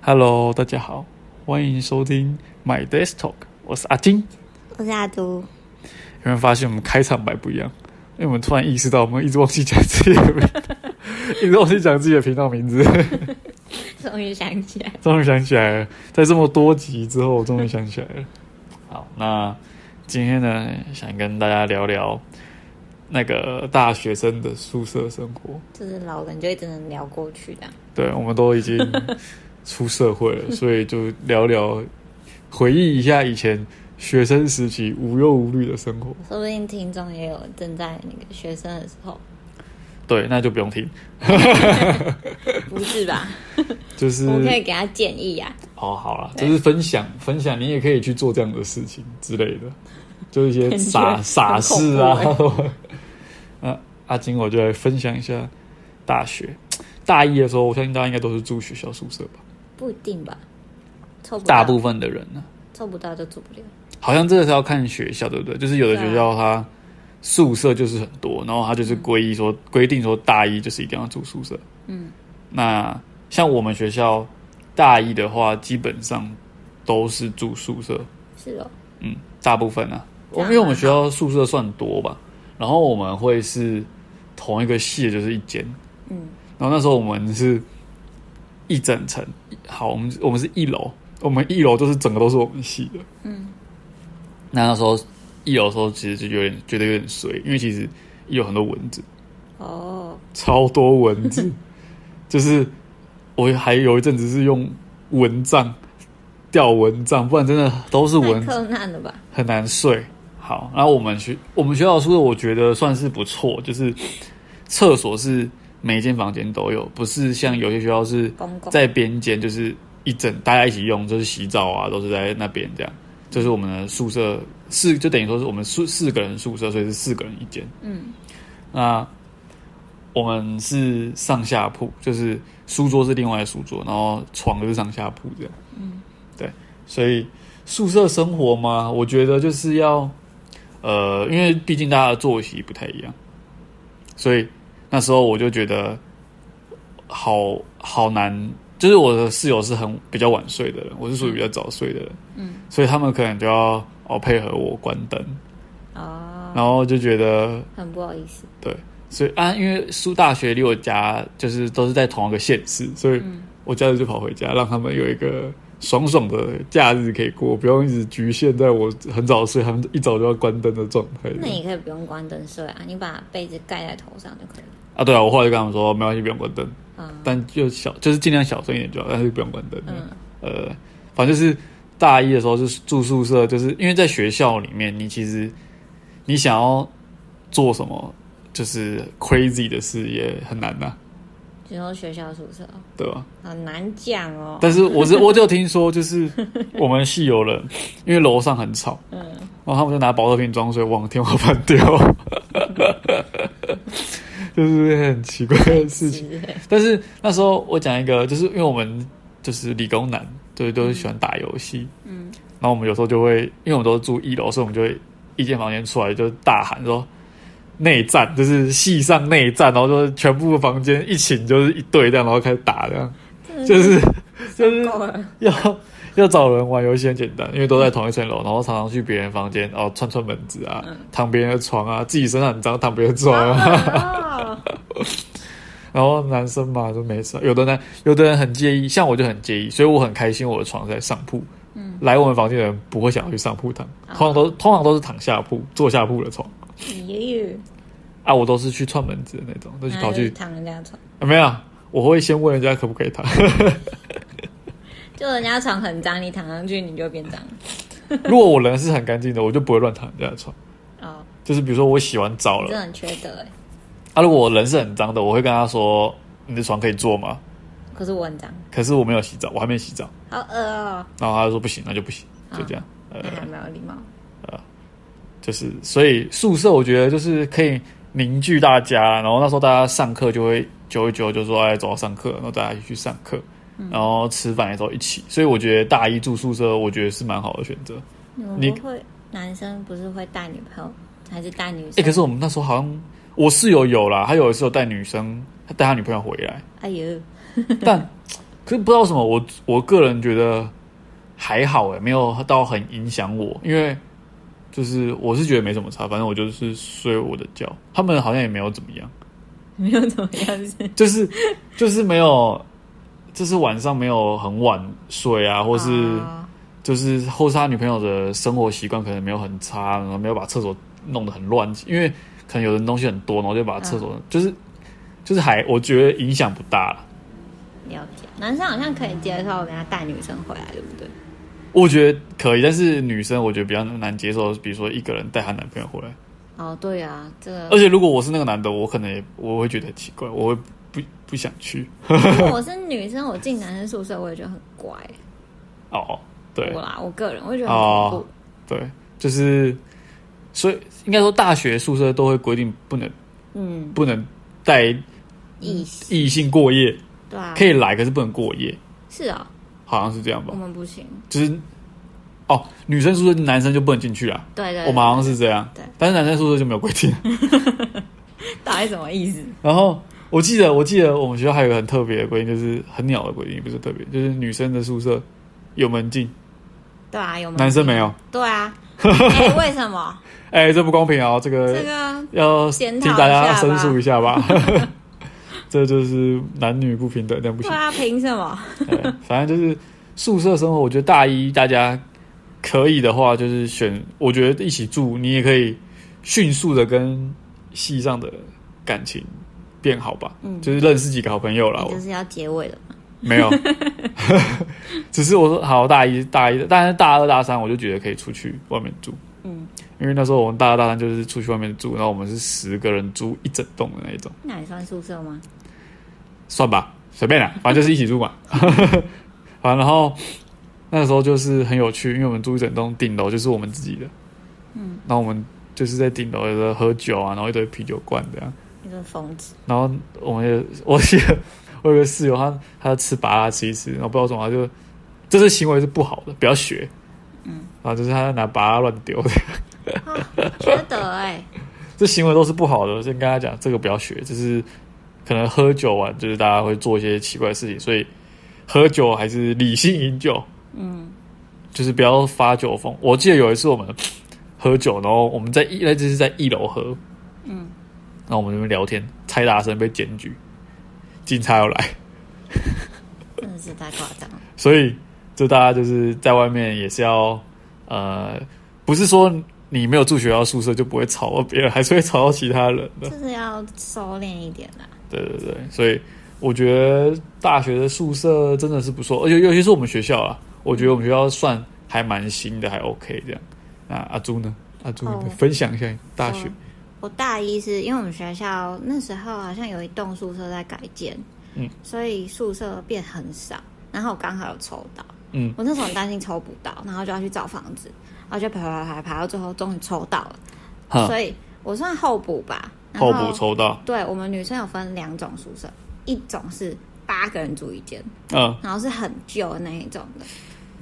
Hello，大家好，欢迎收听 My Desk Talk，我是阿金。有我是阿都，没有发现我们开场白不一样？因为我们突然意识到，我们一直忘记讲自己的名字，一直忘记讲自己的频道名字。 终于想起来，终于想起来了，在这么多集之后，我终于想起来了。好，那今天呢，想跟大家聊聊那个大学生的宿舍生活。就是老人就一直能聊过去的啊。对，我们都 已经出社会了，所以就聊聊，回忆一下以前学生时期无忧无虑的生活。说不定听众也有正在那个学生的时候，对，那就不用听，不是 吧？就是我可以给他建议啊。哦，好了，就对是分享分享，你也可以去做这样的事情之类的，就是一些感觉傻很傻事啊 恐。欸那阿金，我就来分享一下大学大一的时候，我相信大家应该都是住学校宿舍吧，不一定吧？凑不到大部分的人呢、凑不到就做不了。好像这个是要看学校，对不对？就是有的对啊学校它宿舍就是很多，然后它就是规定说规定说大一就是一定要住宿舍。嗯，那像我们学校大一的话，基本上都是住宿舍，是哦，嗯，大部分啊，这我样因为我们学校宿舍算多吧，然后我们会是同一个系的就是一间，嗯，然后那时候我们是一整层，好，我们我们是一楼，我们一楼就是整个都是我们系的，嗯，那那时候一楼的时候其实就有点觉得有点衰，因为其实一楼很多蚊子，哦，超多蚊 子，就是我还有一阵子是用蚊帐吊蚊帐，不然真的都是蚊太子。困难了吧？很难睡。好，然后我们学我们学校的宿舍，我觉得算是不错，就是厕所是每一间房间都有，不是像有些学校是公共在边间，就是一整大家一起用，就是洗澡啊，都是在那边这样。就是我们的宿舍四，就等于说是我们宿四个人宿舍，所以是四个人一间。嗯，那我们是上下铺，就是书桌是另外的书桌，然后床就是上下铺这样。嗯，对，所以宿舍生活嘛，我觉得就是要，呃，因为毕竟大家的作息不太一样，所以那时候我就觉得好好难。就是我的室友是很比较晚睡的人，我是属于比较早睡的人，嗯，所以他们可能就要哦配合我关灯，哦，然后就觉得很不好意思，嗯所以啊，因为苏大学离我家就是都是在同一个县市，所以嗯我假日就跑回家，让他们有一个爽爽的假日可以过，不用一直局限在我很早睡，他们一早就要关灯的状态。那也可以不用关灯睡啊，你把被子盖在头上就可以了。啊，对啊，我后来就跟他们说，没关系，不用关灯，啊，但就小就是尽量小声一点就好，但是不用关灯。嗯呃，反正就是大一的时候就是住宿舍，就是因为在学校里面，你其实你想要做什么就是 crazy 的事也很难呐、就说学校宿舍哦对吧？很难讲哦。但是 我只我就听说，就是我们系有人，因为楼上很吵，嗯，然后他们就拿保特瓶装水往天花板丢，就是很奇怪的事情。是但是那时候我讲一个，就是因为我们就是理工男，对，都是喜欢打游戏，嗯，然后我们有时候就会，因为我们都住一楼，所以我们就会一间房间出来就大喊说。内战就是系上内战，然后就是全部房间一寝就是一队这样，然后开始打这样，就是就是够嗯了，要要找人玩游戏很简单，因为都在同一层楼，然后常常去别人房间哦串串门子啊，嗯躺别人的床啊，自己身上很脏躺别人的床啊。哦，然后男生嘛就没事，有的男有的人很介意，像我就很介意，所以我很开心我的床是在上铺。嗯，来我们房间的人不会想要去上铺躺，啊通常都通常都是躺下铺、坐下铺的床哎咦，啊，我都是去串门子的那种，都去那跑就去、是躺人家床，啊、没有啊，我会先问人家可不可以躺， 就人家床很脏，你躺上去你就变脏如果我人是很干净的，我就不会乱躺人家的床。 哦，就是比如说我洗完澡了你真，的很缺德哎。啊，如果我人是很脏的，我会跟他说：“你的床可以坐吗可是我很脏，？”可是我没有洗澡，我还没洗澡。好恶哦，然后他就说：“不行，那就不行。”就这样，呃那还没有礼貌。就是所以宿舍我觉得就是可以凝聚大家，然后那时候大家上课就会久一久就说：“哎，走到上课。”然后大家一起去上课，然后吃饭的时候一起。所以我觉得大一住宿舍，我觉得是蛮好的选择。你你们不会男生不是会带女朋友，还是带女哎，生？可是我们那时候好像我室友有啦，他有一次有带女生，他带他女朋友回来，哎呦，但可是不知道为什么，我我个人觉得还好诶，没有到很影响我，因为就是我是觉得没什么差，反正我就是睡我的觉，他们好像也没有怎么样， 没有怎么样是 就是就是没有，就是晚上没有很晚睡啊，或是、哦就是后是他女朋友的生活习惯可能没有很差，然后没有把厕所弄得很乱，因为可能有的东西很多，然后就把厕所、就是就是还我觉得影响不大啦了解，男生好像可以接受给他带女生回来，对不对？我觉得可以，但是女生我觉得比较难接受，比如说一个人带她男朋友回来，哦，对啊，这个而且如果我是那个男的，我可能也我会觉得很奇怪，我会不不想去如果我是女生，我进男生宿舍我也觉得很怪。欸哦，对我啦，我个人我也觉得很恐怖。对，就是所以应该说大学宿舍都会规定不能嗯，不能带异异性过夜，对啊，可以来，可是不能过夜，是啊、好像是这样吧我？们不行。就是哦，女生宿舍男生就不能进去啊。对对我们好像是这样对，但是男生宿舍就没有规 定。到底什么意思？然后我记得，我记得我们学校还有一个很特别的规定，就是很鸟的规定，也不是特别，就是女生的宿舍有门禁，对啊，有吗？男生没有。对啊，哎，为什么？哎、这不公平哦，这个、这个要检替讨一下大吧家申诉一下吧。 这就是男女不平等，但不对行。啊，凭什么？哎反正就是宿舍生活，我觉得大一大家可以的话，就是选，我觉得一起住，你也可以迅速的跟系上的感情变好吧，嗯就是认识几个好朋友啦。你我就是要结尾了嘛？没 有， 只是我说好大一大一，但是大二大三我就觉得可以出去外面住，嗯，因为那时候我们大二大三就是出去外面住，然后我们是十个人租一整栋的那一种。那也算宿舍吗？算吧，随便啦，反正就是一起住嘛。 反正然后那时候就是很有趣，因为我们住一整栋顶楼就是我们自己的，嗯，然后我们就是在顶楼有时候喝酒啊，然后一堆啤酒罐这样，那个疯 子，然后我们也我记得 我有个室友他他吃拔拉吃一吃，然后不知道为什么他就这是行为是不好的，不要学，嗯，然后就是他拿拔拉乱丢的，啊，缺德哎！这行为都是不好的。我先跟他讲，这个不要学，就是可能喝酒啊，就是大家会做一些奇怪的事情，所以喝酒还是理性饮酒，嗯，就是不要发酒疯。我记得有一次我们喝酒，然后我们在一，那就是在一楼喝，嗯，然后我们在那边聊天，太大声被检举，警察要来，真的是太夸张了。所以就大家就是在外面也是要呃，不是说你没有住学校宿舍就不会吵到别人，还是会吵到其他人的。就是要收敛一点啦。对对对，所以我觉得大学的宿舍真的是不错，而且尤其是我们学校啊，我觉得我们学校算还蛮新的，还 OK 这样。那阿朱呢？阿朱、哦分享一下大学嗯，我大一是因为我们学校那时候好像有一栋宿舍在改建，嗯，所以宿舍变很少。然后我刚好有抽到，嗯，我那时候很担心抽不到，然后就要去找房子，然后就排排排排到最后终于抽到了，哈、所以我算候补吧。 然啊候后补抽到，对我们女生有分两种宿舍，一种是八个人住一间，嗯，然后是很旧的那一种的，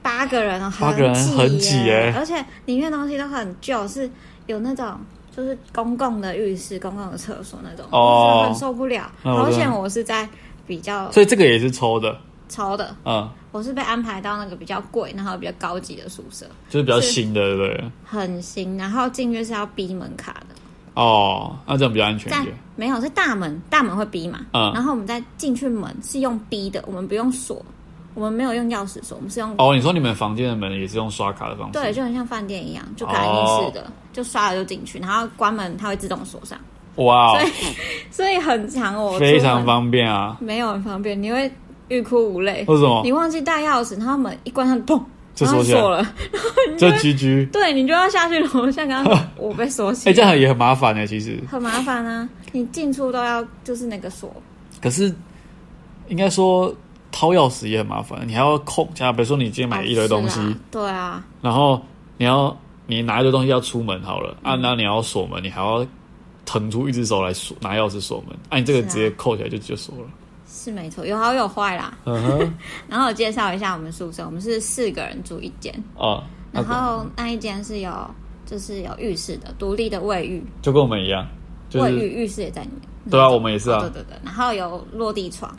八个人哦，八个人很挤耶耶，而且里面东西都很旧，是有那种就是公共的浴室、公共的厕所那种，哦我真的很受不了。那我好真的险我是在比较所以这个也是抽的，超的，嗯，我是被安排到那个比较贵，然后比较高级的宿舍，就是比较是新的，对不对？很新，然后进去是要逼门卡的，哦，那这样比较安全一在点。没有是大门，大门会逼嘛，嗯然后我们再进去门是用逼的，我们不用锁，我们没有用钥匙锁，我们是用哦，你说你们房间的门也是用刷卡的方式？对，，就很像饭店一样，就感应式的，哦就刷了就进去，然后关门它会自动锁上，哇、哦，所以很长哦，我非出常门方便啊！没有很方便，你会欲哭无泪。为什么你忘记带钥匙，然后门一关上，砰，就然后锁起来锁了， 这居居，对你就要下去楼下跟他 说我被锁起哎、这来，样也很麻烦呢、其实。很麻烦啊，你进出都要就是那个锁，可是应该说掏钥匙也很麻烦，你还要空，假如比如说你今天买一堆东西，哦是啊对啊，然后你要你拿一堆东西要出门好了，嗯啊，那你要锁门，你还要腾出一只手来锁拿钥匙锁门，啊，你这个是啊直接扣起来就就锁了。是没错，有好有坏啦。嗯 哼，然后我介绍一下我们宿舍，我们是四个人住一间，哦，那然后那一间是有就是有浴室的，独立的卫浴，就跟我们一样，就卫是啊浴浴室也在里面。嗯对啊，我们也是哦啊，对对对，然后有落地窗，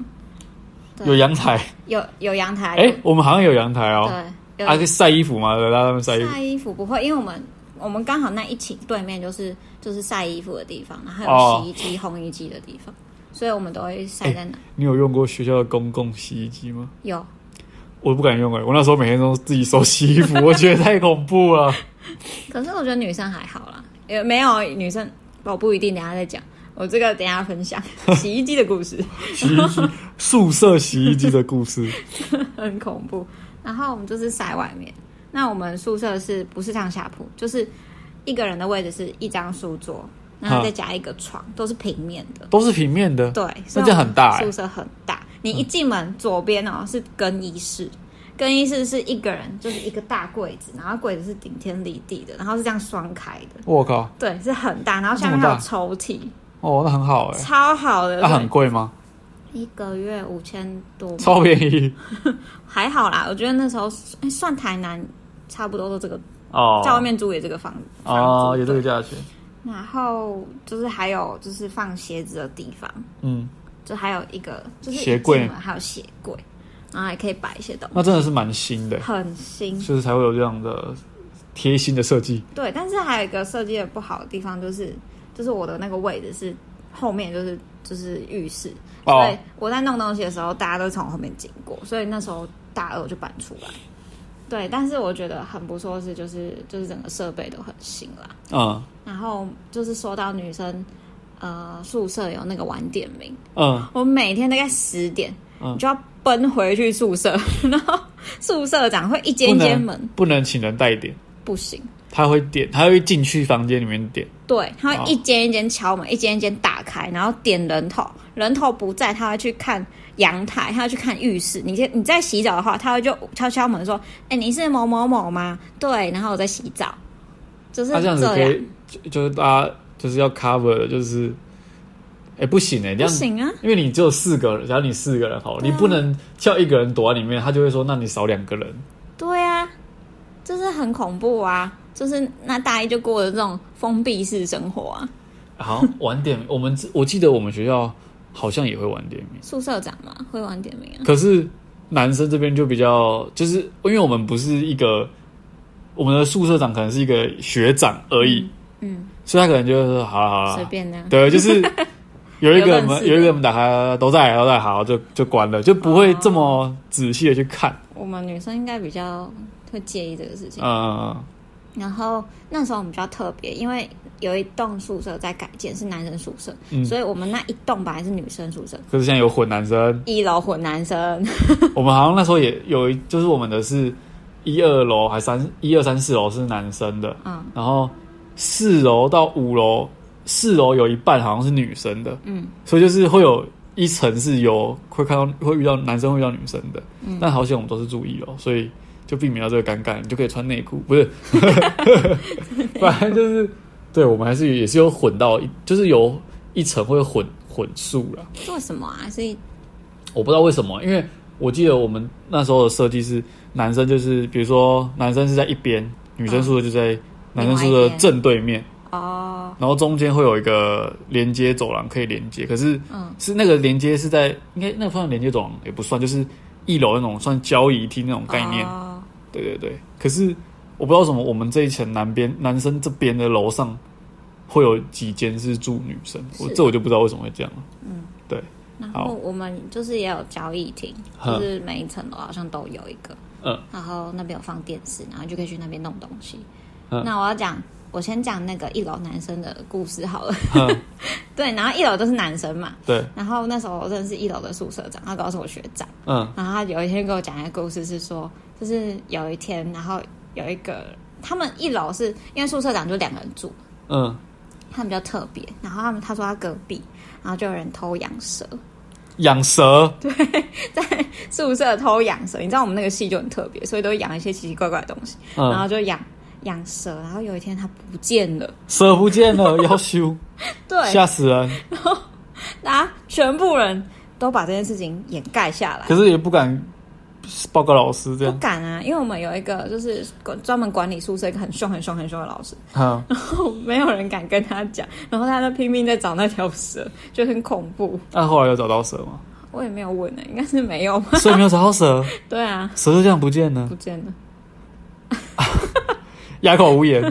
对有阳台，有有阳台，哎、我们好像有阳台哦、对，啊，有可以晒衣服嘛，对，让他们晒衣服。晒衣服不会，因为我们我们刚好那一起对面就是就是晒衣服的地方，然后哦还有洗衣机、烘衣机的地方，所以我们都会晒在那。你有用过学校的公共洗衣机吗？有我不敢用哎、我那时候每天都自己手洗 衣服，我觉得太恐怖了。可是我觉得女生还好啦，也呃没有女生，我不一定，等一下再讲。我这个等一下分 享洗衣机的故事， 洗衣机，宿舍洗衣机的故 事。很恐怖。然后我们就是晒外面，那我们宿舍是不是上下铺？就是一个人的位置是一张书桌，然后再加一个床，都是平面的。都是平面的，对，那这样很大欸宿舍很大。嗯你一进门左边哦是更衣室，更衣室是一个人就是一个大柜子，然后柜子是顶天立地的，然后是这样双开的，我靠，对，是很大，然后下这面么大还有抽屉，哦，那很好哎、超好的，那、对很贵吗？一个月五千多，超便宜还好啦。我觉得那时候哎算台南差不多都这个，哦在外面租也这个房哦，有这个对价钱，然后就是还有就是放鞋子的地方，嗯，就还有一个就是一鞋柜进门还有鞋柜，然后还可以摆一些东那真的是蛮新的西，，很新。就是才会有这样的贴心的设计。对，但是还有一个设计的不好的地方就是，就是我的那个位置是后面就是就是浴室，哦所以我在弄东西的时候，大家都从我后面经过，所以那时候大二我就搬出来。对，但是我觉得很不错的是，就是就是整个设备都很新啦。嗯然后就是说到女生，呃，宿舍有那个晚点名，嗯，我每天大概十点，嗯你就要奔回去宿舍， 然后宿舍长会一间不一能间门，不能请人代点，不行。他会点，他会进去房间里面点。对，他哦会一间一间敲门，一间一间打开，然后点人头，人头不在，他会去看阳台，他会去看浴室。你在你在洗澡的话，他会就敲敲门说：“哎、你是某某某吗？”对，然后我在洗澡，就是他、啊这样子可样以，就就是大家就是要 cover，的就是，哎、不行哎、这不样。行啊，因为你只有四个人，假如你四个人好了，对你啊不能叫一个人躲在里面，他就会说，那你少两个人。对啊，就是很恐怖啊，就是那大一就过了这种封闭式生活啊， 好，晚点，我们我记得我们学校好像也会晚点名。宿舍长嘛会晚点名啊，可是男生这边就比较，就是因为我们不是一个，我们的宿舍长可能是一个学长而已，嗯，所以他可能就是说好了好了，随便的、啊， 对，就是有一有个我认识们的有一个我们打开都在都在好就就关了，就不会这哦么仔细的去看，我们女生应该比较会介意这个事情。嗯然后那时候我们比较特别，因为有一栋宿舍在改建，是男生宿舍，嗯所以我们那一栋本来是女生宿舍，可是现在有混男生， 一楼混男生，我们好像那时候也有一，就是我们的是一二楼还三一二三四楼是男生的，嗯然后四楼到五楼，四楼有一半好像是女生的，嗯，所以就是会有一层是有会看到会遇到男生会遇到女生的，嗯，但好险我们都是注意哦，所以就避免到这个尴尬，你就可以穿内裤，不 是，反正就是对我们还是也是有混到一，就是有一层会混混宿啦，为什么啊？所以我不知道为什么，因为我记得我们那时候的设计是男生就是，比如说男生是在一边，女生宿舍就在男生宿另外一舍边正对面，哦，然后中间会有一个连接走廊可以连接，可是嗯是那个连接是在应该那个算连接走廊也不算，就是一楼那种算交易厅那种概念，哦对对对。可是我不知道为什么，我们这一层南边男生这边的楼上会有几间是住女生，我是啊这我就不知道为什么会这样了。然好后我们就是也有交易厅，哼就是每一层楼好像都有一个，嗯，然后那边有放电视，然后就可以去那边弄东西。嗯那我要讲，我先讲那个一楼男生的故事好了。哼 对，然后一楼都是男生嘛，对，然后那时候我认识一楼的宿舍长，他告诉我学长。嗯然后他有一天跟我讲一个故事，是说，就是有一天，然后有一个他们一楼是因为宿舍长就两个人住，嗯，他们比较特别。然后他们他说他隔壁，然后就有人偷养蛇，养蛇。宿舍偷养蛇。你知道我们那个系就很特别，所以都会养一些奇奇怪怪的东西，然嗯，后就养养蛇。然后有一天它不见了，蛇不见了，要修， 对，吓死人。大家全部人都把这件事情掩盖下来。可是也不敢报告老师这不 样。敢啊，因为我们有一个就是管专门管理宿舍一个很凶、很凶、很凶的老师，嗯，然后 没有人敢跟他讲，然后他就拼命在找那条蛇，就很恐怖。啊那、后来有找到蛇吗？我也没有问呢、欸应该是没有吧？所以没有找到蛇， 对啊，蛇就这样不见了不，见了。哑口无言，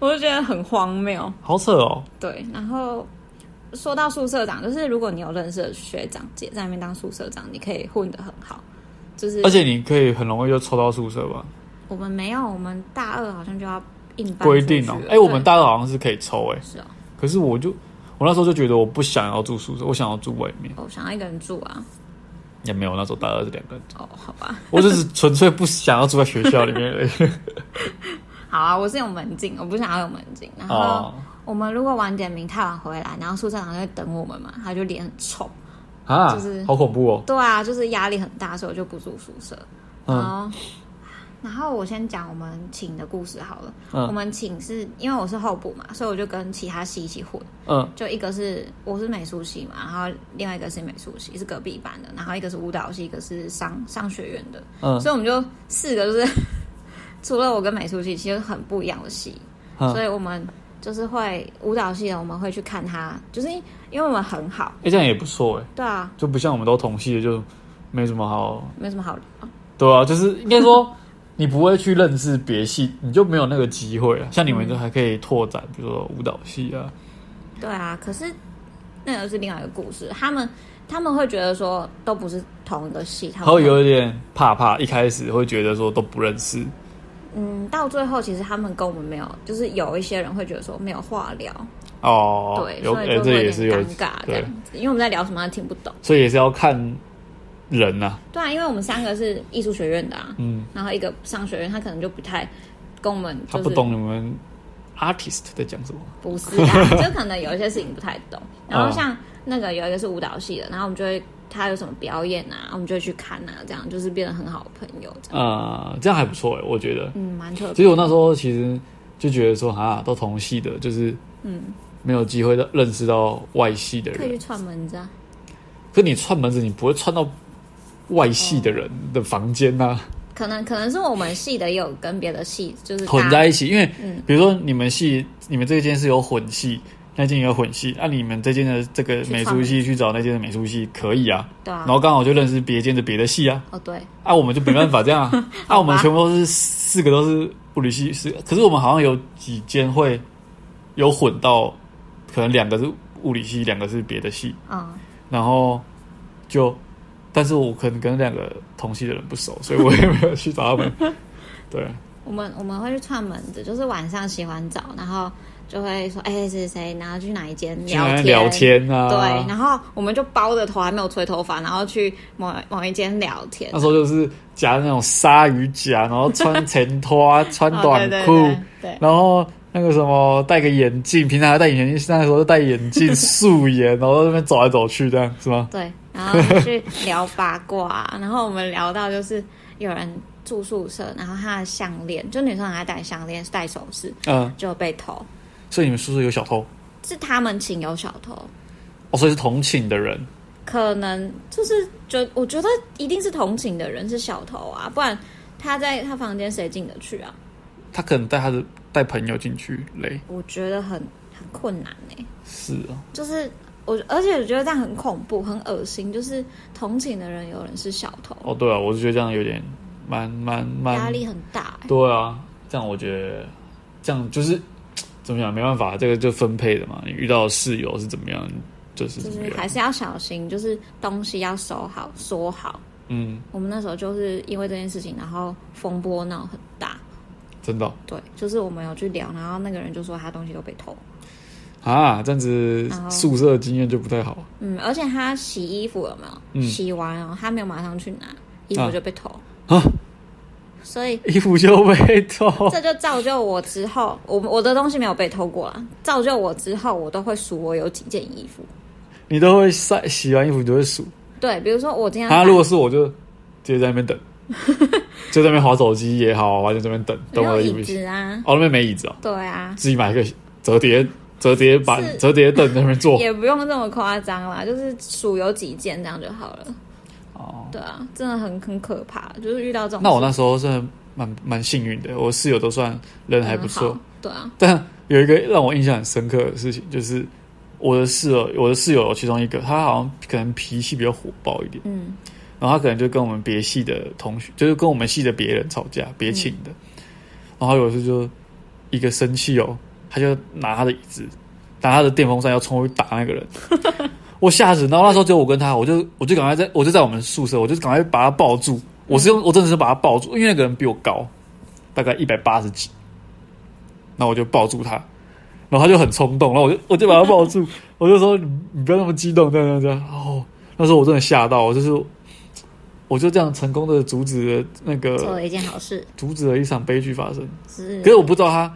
我就觉得很荒谬。好扯哦。对，然后说到宿舍长，就是如果你有认识的学长姐在那边当宿舍长，你可以混得很好。就是而且你可以很容易就抽到宿舍吧？我们没有，我们大二好像就要硬搬规定哦出去。了哎、我们对大二好像是可以抽哎、是哦，可是我就我那时候就觉得我不想要住宿舍，我想要住外面。哦我想要一个人住啊。也没有，那时候大二是两个人住，哦，好吧，我只是纯粹不想要住在学校里面而已。 好啊，我是有门禁，我不想要有门禁。然后、哦我们如果晚点名太晚回来，然后宿舍长就会等我们嘛，他就脸很臭。 啊，就是好恐怖哦。对啊，就是压力很大，所以我就不住宿舍。然嗯后，然后我先讲我们寝的故事好了。我嗯们寝是因为我是候补嘛，所以我就跟其他系一起混。嗯就一个是我是美术系嘛，然后另外一个是美术系是隔壁班的，然后一个是舞蹈系，一个是商商学院的，嗯所以我们就四个就是除了我跟美术系，其实很不一样的系，嗯。所以我们就是会舞蹈系的，我们会去看他，就是因因为我们很好，哎、这样也不错哎、对啊，就不像我们都同系的，就没什么好。没什么好聊。对啊，就是应该说你不会去认识别系，你就没有那个机会了。像你们就还可以拓展，比如说舞蹈系啊，对啊，可是那个是另外一个故事，他们他们会觉得说都不是同一个系，他还们会有一点怕怕，一开始会觉得说都不认识。嗯，到最后其实他们跟我们没有，就是有一些人会觉得说没有话聊，哦，对，有所以哎就这会也有是有点尴尬这对，样子，因为我们在聊什么他听不懂。所以也是要看人呐、对啊，因为我们三个是艺术学院的啊，嗯，然后一个商学院，他可能就不太跟我们、就是，他不懂你们 artist 在讲什么。不是 啊，就可能有一些事情不太懂。然后像那个有一个是舞蹈系的，然后我们就会他有什么表演啊，我们就会去看啊，这样就是变得很好的朋友这样。呃，这样还不错哎，我觉得。嗯，蛮特其别。实我那时候其实就觉得说，啊，都同系的，就是嗯，没有机会认识到外系的可人以。去串门子啊。可你串门子，你不会串到外系的人的房间啊呐、可能可能是我们系的也有跟别的系就是混大在一起。因为哦嗯比如说你们系，你们这间是有混系，那间也有混系，那、啊你们这间的这个美术系去找那间的美术系可以啊。对啊然，后刚好就认识别间的别的系啊，哦对，啊，我们就没办法这 样啊。啊，我们全部都是四个都是物理系，是，可是我们好像有几间会有混到，可能两个是物理系，两个是别的系，嗯，然后就，但是我可能跟两个同系的人不熟，所以我也没有去找他 们。对，我们我们会去串门子，就是晚上洗完澡，然后就会说哎谁谁谁，然后去哪一间去聊那边天聊天啊，对，然后我们就包着头还没有吹头发，然后去某某一间聊天那。时候就是夹那种鲨鱼夹，然后 穿前拖、啊穿哦短对对裤，对然后那个什么戴个眼镜，平常还戴眼镜，那时候就戴眼镜素颜，然后在那边走来走去，这样是吗？对，然后就去聊八卦啊、 然后我们聊到就是有人住宿舍，然后他的项链，就女生很爱戴项链、戴首饰，嗯，就被偷，所以你们宿舍有小偷是他们请有小偷，哦，所以是同寝的人可能就是就我觉得一定是同寝的人是小偷啊，不然他在他房间谁进得去啊？他可能带他的带朋友进去嘞，我觉得很很困难哎、是啊，就是我，而且我觉得这样很恐怖、很恶心。就是同寝的人有人是小偷，哦对啊，我就觉得这样有点蛮蛮蛮压力很大、欸。对啊，这样我觉得，这样就是怎么讲，没办法，这个就分配的嘛。你遇到的室友是怎么样，就是就怎么是样。还是要小心，就是东西要收好、锁好。嗯，我们那时候就是因为这件事情，然后风波闹很大。真的哦、对，就是我们有去聊，然后那个人就说他东西都被偷。啊，这样子然后宿舍经验就不太好。嗯，而且他洗衣服有没有？嗯洗完哦，他没有马上去拿，衣服啊就被偷。啊所以衣服就被偷，这就造就我之后，我我的东西没有被偷过啦。造就我之后，我都会数我有几件衣服。你都会晒，洗完衣服你都会数。对，比如说我今天啊，如果是我就直接在那 边等，就在那边划手机也好，完就在那边等，没等我有的衣椅服洗。子啊，哦，那边没椅子哦，对啊，自己买一个折叠折叠板是折叠凳在那边坐。也不用这么夸张啦，就是数有几件这样就好了。哦，对啊，真的很很可怕，就是遇到这种那我事那时候是蛮蛮幸运的，我室友都算人还不很错好。。对啊，但有一个让我印象很深刻的事情，就是我的室友，我的室友其中一个，他好像可能脾气比较火爆一点，嗯然后他可能就跟我们别系的同学，就是跟我们系的别人吵架，嗯别请的。然后有一次就一个生气哦，他就拿他的椅子，拿他的电风扇要冲去打那个人， 我吓死。然后那时候只有我跟他，我就我就赶快在，我就在我们宿舍，我就赶快把他抱住。我是用我真的是把他抱住，因为那个人比我高，大概一百八十几。那我就抱住他，然后他就很冲动，然后我就我就把他抱住， 我就说你你不要那么激动，这样这样这样。哦，那时候我真的吓到，我就是我就这样成功的阻止了那做个了一件好事，阻止了一场悲剧发生。是可是我不知道他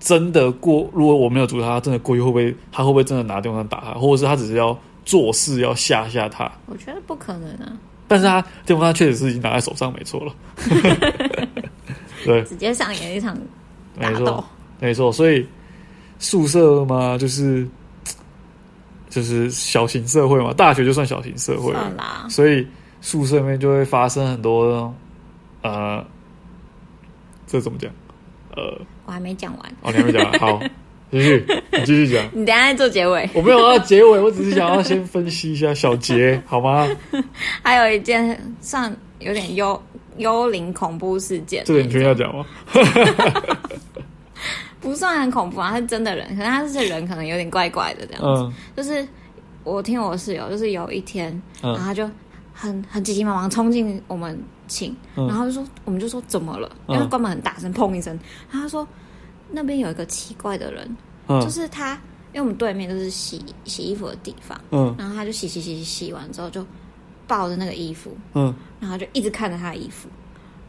真的过，如果我没有阻止他，他真的过去会不会，他会不会真的拿电风扇打他，或者是他只是要做事要吓吓他？我觉得不可能啊，但是他电风扇确实是已经拿在手上，没 错了。对，直接上演一场打没斗错，，没错。所以宿舍嘛，就是就是小型社会嘛，大学就算小型社会了算啊啦，所以宿舍里面就会发生很多呃，这怎么讲？呃，我还没讲完，哦，你还没讲完，好，继续，你继续讲。你等一下再做结尾。我没有要结尾，我只是想要先分析一下小杰，好 吗？还有一件算有点幽幽灵恐怖事件，这个你确定要讲吗？不算很恐怖啊，他是真的人，可是他是人，可能有点怪怪的这样子。嗯就是我听我室友，就是有一天，嗯然后他就很很急急忙忙冲进我们寝，嗯然后就说，我们就说怎么了？嗯因为关门很大声，砰一声，然后他说那边有一个奇怪的人，就嗯是他，因为我们对面就是洗洗衣服的地方，嗯然后他就洗洗洗洗洗完之后就抱着那个衣服，嗯然后就一直看着他的衣服，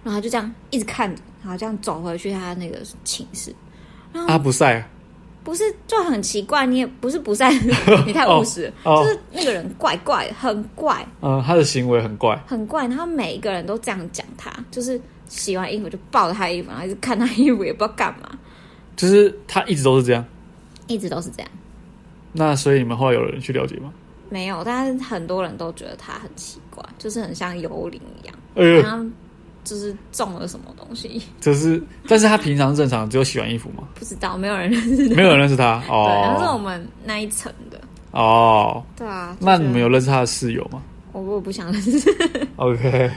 然后就这样一直看着，然后这样走回去他那个寝室。嗯，阿不晒不是就很奇怪，你也不是不在，你太务实了，哦哦就是那个人怪怪，很怪，嗯，他的行为很怪，很怪。然后每一个人都这样讲他，就是洗完衣服就抱着他的衣服，然后一直看他衣服，也不知道干嘛，就是他一直都是这样。一直都是这样。那所以你们后来有人去了解吗？没有，但是很多人都觉得他很奇怪，就是很像幽灵一样，哎然呦，后就是中了什么东西，这是，但是他平常正常，只有洗完衣服 吗？不知道，没有人认识他。没有人认识他对，然后是我哦们那一层的。哦，对啊，那就你觉得们有认识他的室友吗我我不想认识， ？OK，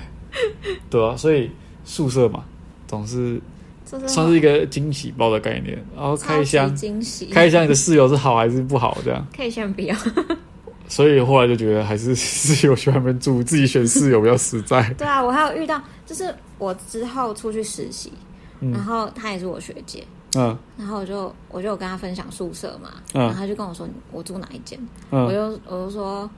对啊，所以宿舍嘛，总是这是算是一个惊喜包的概念，然后开超箱级，惊喜， 开箱你的室友是好还是不好这样。可以先 不要。所以后来就觉得还是 室友喜欢边住，自己选室友比较实在。对啊，我还有遇到，就是我之后出去实习，嗯然后她也是我学姐， 嗯然后我就我就有跟她分享宿舍嘛，嗯然后她就跟我说我住哪一间，我嗯就我就说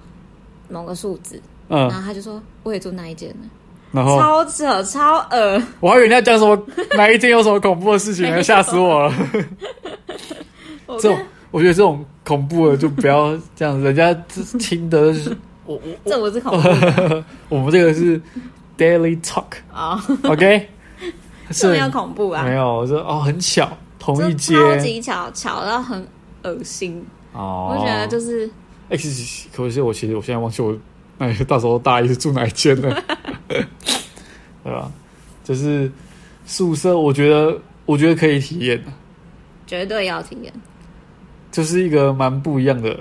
某个数字，然嗯，哦后她就说我也住那一间呢，然后超扯超恶，我还以为你要讲什 么哪一天有什么恐怖的事情没有呢，吓死我了。我这跟种我觉得这种恐怖的就不要这样，人家听的 是我我这我是恐怖 的我们这个是 daily talk，OK？、啊， 是这没有恐怖啊没，有，我说哦很巧，同这一街超级巧巧到很恶心，哦我觉得就是哎、其实可是我其实我现在忘记我那你到时候大一是住哪一间了， 对吧？就是宿舍，我觉得我觉得可以体验的，绝对要体验，就是一个蛮不一样的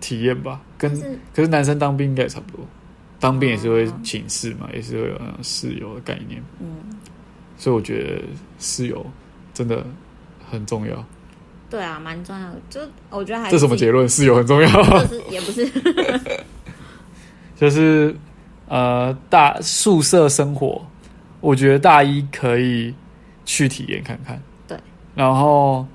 体验吧。跟但是可是男生当兵应该也差不多，当兵也是会哦寝室嘛，也是会有那种室友的概念，嗯，所以我觉得室友真的很重要。对啊，蛮重要的，就哦我觉得还这是什么自己结论？室友很重要。 就是也不是，就是呃大宿舍生活，我觉得大一可以去体验看看。对，然后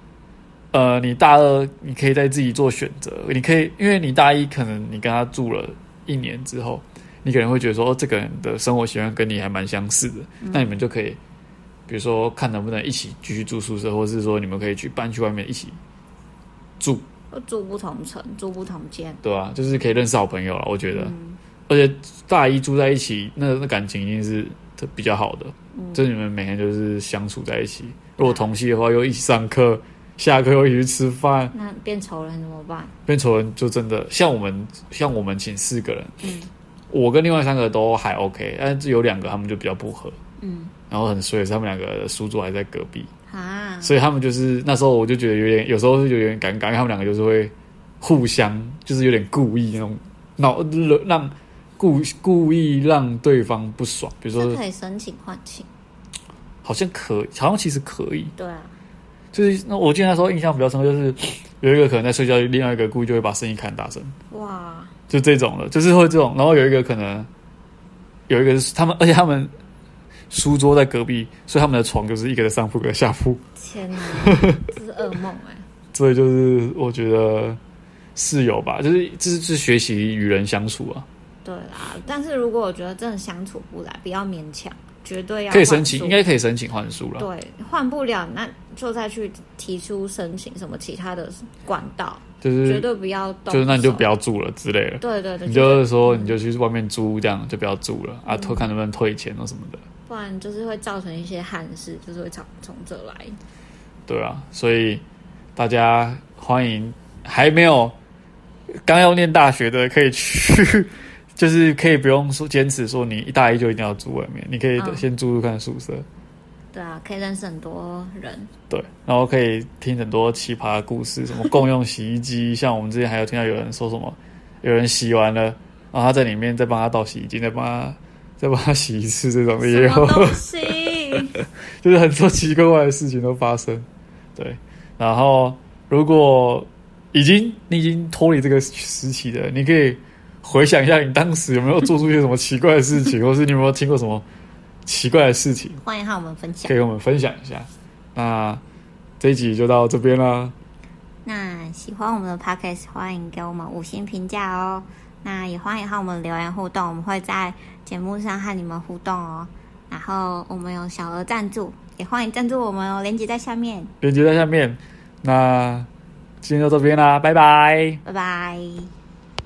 呃，你大二你可以再自己做选择，你可以因为你大一可能你跟他住了一年之后，你可能会觉得说、哦、这个人的生活习惯跟你还蛮相似的，那你们就可以。比如说，看能不能一起继续住宿舍，或是说你们可以去搬去外面一起住，就住不同层，住不同间，对吧、就是可以认识好朋友了。我觉得，嗯而且大一住在一起，那那感情一定是特比较好的，嗯就是你们每天就是相处在一起。如果同系的话，又一起上课，下课又一起去吃饭，那变仇人怎么办？变仇人就真的像我们像我们寝四个人，嗯我跟另外三个都还 OK，但是有两个他们就比较不合，嗯，然后很衰，他们两个的书桌还在隔壁，啊，所以他们就是那时候我就觉得有点，有时候就有点尴尬，因为他们两个就是会互相就是有点故意那种闹惹让故故意让对方不爽，比如这说可以申请换寝，好像可好像其实可以，对啊，就是那我记得那时候印象比较深刻，就是有一个可能在睡觉，另外一个故意就会把声音开很大声，哇，就这种的，就是会这种。然后有一个可能有一个是他们，而且他们书桌在隔壁，所以他们的床就是一个在上铺，一个在下铺。天哪， 这是噩梦哎、所以就是我觉得室友吧，就是这是是学习与人相处啊，对啦，但是如果我觉得真的相处不来，不要勉强，绝对要可以换申请，宿应该可以申请换书了。对，换不了那就再去提出申请什么其他的管道，就绝是对不要动手。就是那你就不要住了之类的。对嗯对对，你绝就对是说，你就去外面租，这样就不要住了嗯啊，退看能不能退钱或什么的。不然就是会造成一些憾事，就是会从从这来。对啊，所以大家欢迎还没有刚要念大学的可以去， 就是可以不用说坚持说你一大一就一定要住外面，你可以嗯先住住看宿舍，对啊，可以认识很多人，对，然后可以听很多奇葩的故事，什么共用洗衣机， 像我们之前还有听到有人说什么，有人洗完了，然后他在里面再帮他倒洗衣机，再帮他再帮他洗一次，这种的也什么有东。西？就是很多奇奇怪怪的事情都发生。对，然后如果已经你已经脱离这个时期的，你可以回想一下你当时有没有做出一些什么奇怪的事情，或是你有没有听过什么奇怪的事情，欢迎和我们 分享可以。跟我们分享一下。那这一集就到这边啦，那喜欢我们的 podcast，欢迎给我们五星评价哦。那也欢迎和我们留言互动，我们会在节目上和你们互动哦。然后我们有小额赞助，也欢迎赞助我们哦，链接在下面。链接在下面。那今天就到这边啦，拜拜。拜拜。